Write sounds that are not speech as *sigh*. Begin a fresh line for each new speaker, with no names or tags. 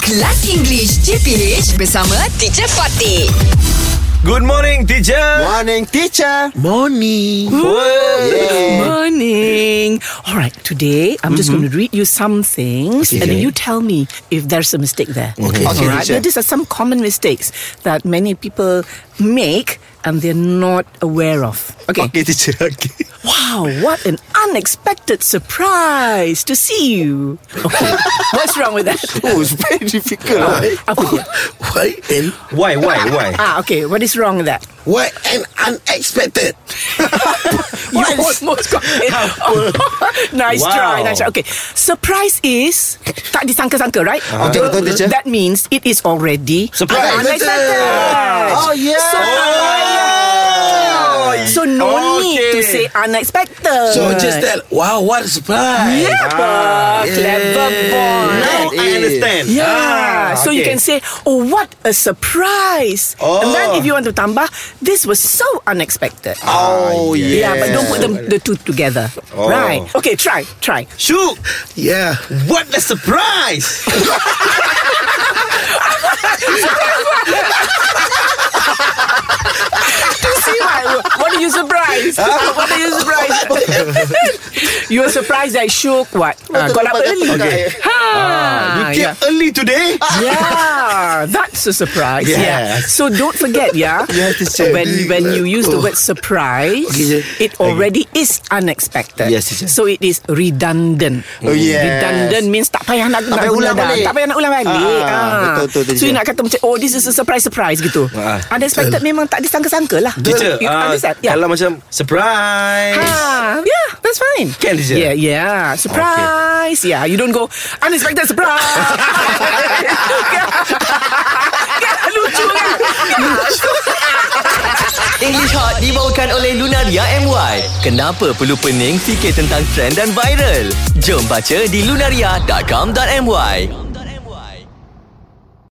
Kelas English CPH bersama Teacher Fatih.
Good morning, teacher.
Morning, teacher.
Morning.
Yeah.
Morning. All right, today I'm just going to read you some things and then you tell me if there's a mistake there. Okay. All right.
teacher.
Now, these are some common mistakes that many people make and they're not aware of. Okay.
Okay, teacher. Okay.
Wow, what an unexpected surprise to see you. Okay. What's wrong with that?
Oh, it's very difficult. right?
Apa dia?
Why and
Why, why, why?
Ah, okay. What is wrong with that?
why and unexpected?
You
*laughs*
almost got it. *laughs* nice
Wow.
try, nice try. Okay, surprise is tak disangka-sangka, right?
Betul, betul, teacher.
That means it is already
Surprise.
Unexpected.
Oh, yeah.
So, so no need to
Okay.
say unexpected.
So just tell. Wow, what a surprise!
Yeah, clever boy.
Now I understand.
Yeah.
Ah,
so you
okay.
can say, oh, what a surprise. And then
Oh.
if you want to tambah, this was so unexpected.
Ah,
Oh, yeah.
Yeah,
Oh.
but don't put them, the two together. Right. Okay, try, try.
Shoot!
Yeah.
What a surprise!
See what, *laughs* what are you surprised? *laughs* what are you
*laughs*
surprised? you were surprised I shook what? Uh, got up early.
Okay. Ah,
Ha,
Came
yeah.
early today.
Yeah, that's a surprise. Yeah.
Yes.
So don't forget, yeah.
*laughs* You have to say-
when when you use the word surprise,
Okay, sir.
it already is unexpected.
Yes, teacher.
So it is redundant.
Oh, yes.
Redundant means tak payah nak,
Tak
nak
payah
guna
ulang
dah.
balik.
Tak payah nak ulang balik.
Ah,
Ah.
betul, betul,
so you
teacher.
nak kata macam oh this is a surprise surprise gitu.
Ah.
Unexpected memang tak disangka-sangka lah.
Teacher,
you
ah,
understand? Yeah.
kalau macam surprise.
Ah, yeah, that's fine.
Can, teacher?
Yeah, yeah. Surprise. Yeah, you don't go unexpected surprise. *laughs* Kan? Kan? Lucu kan?
English Hot dibawakan oleh Lunaria MY. Kenapa perlu pening fikir tentang trend dan viral? Jom baca di lunaria.com.my.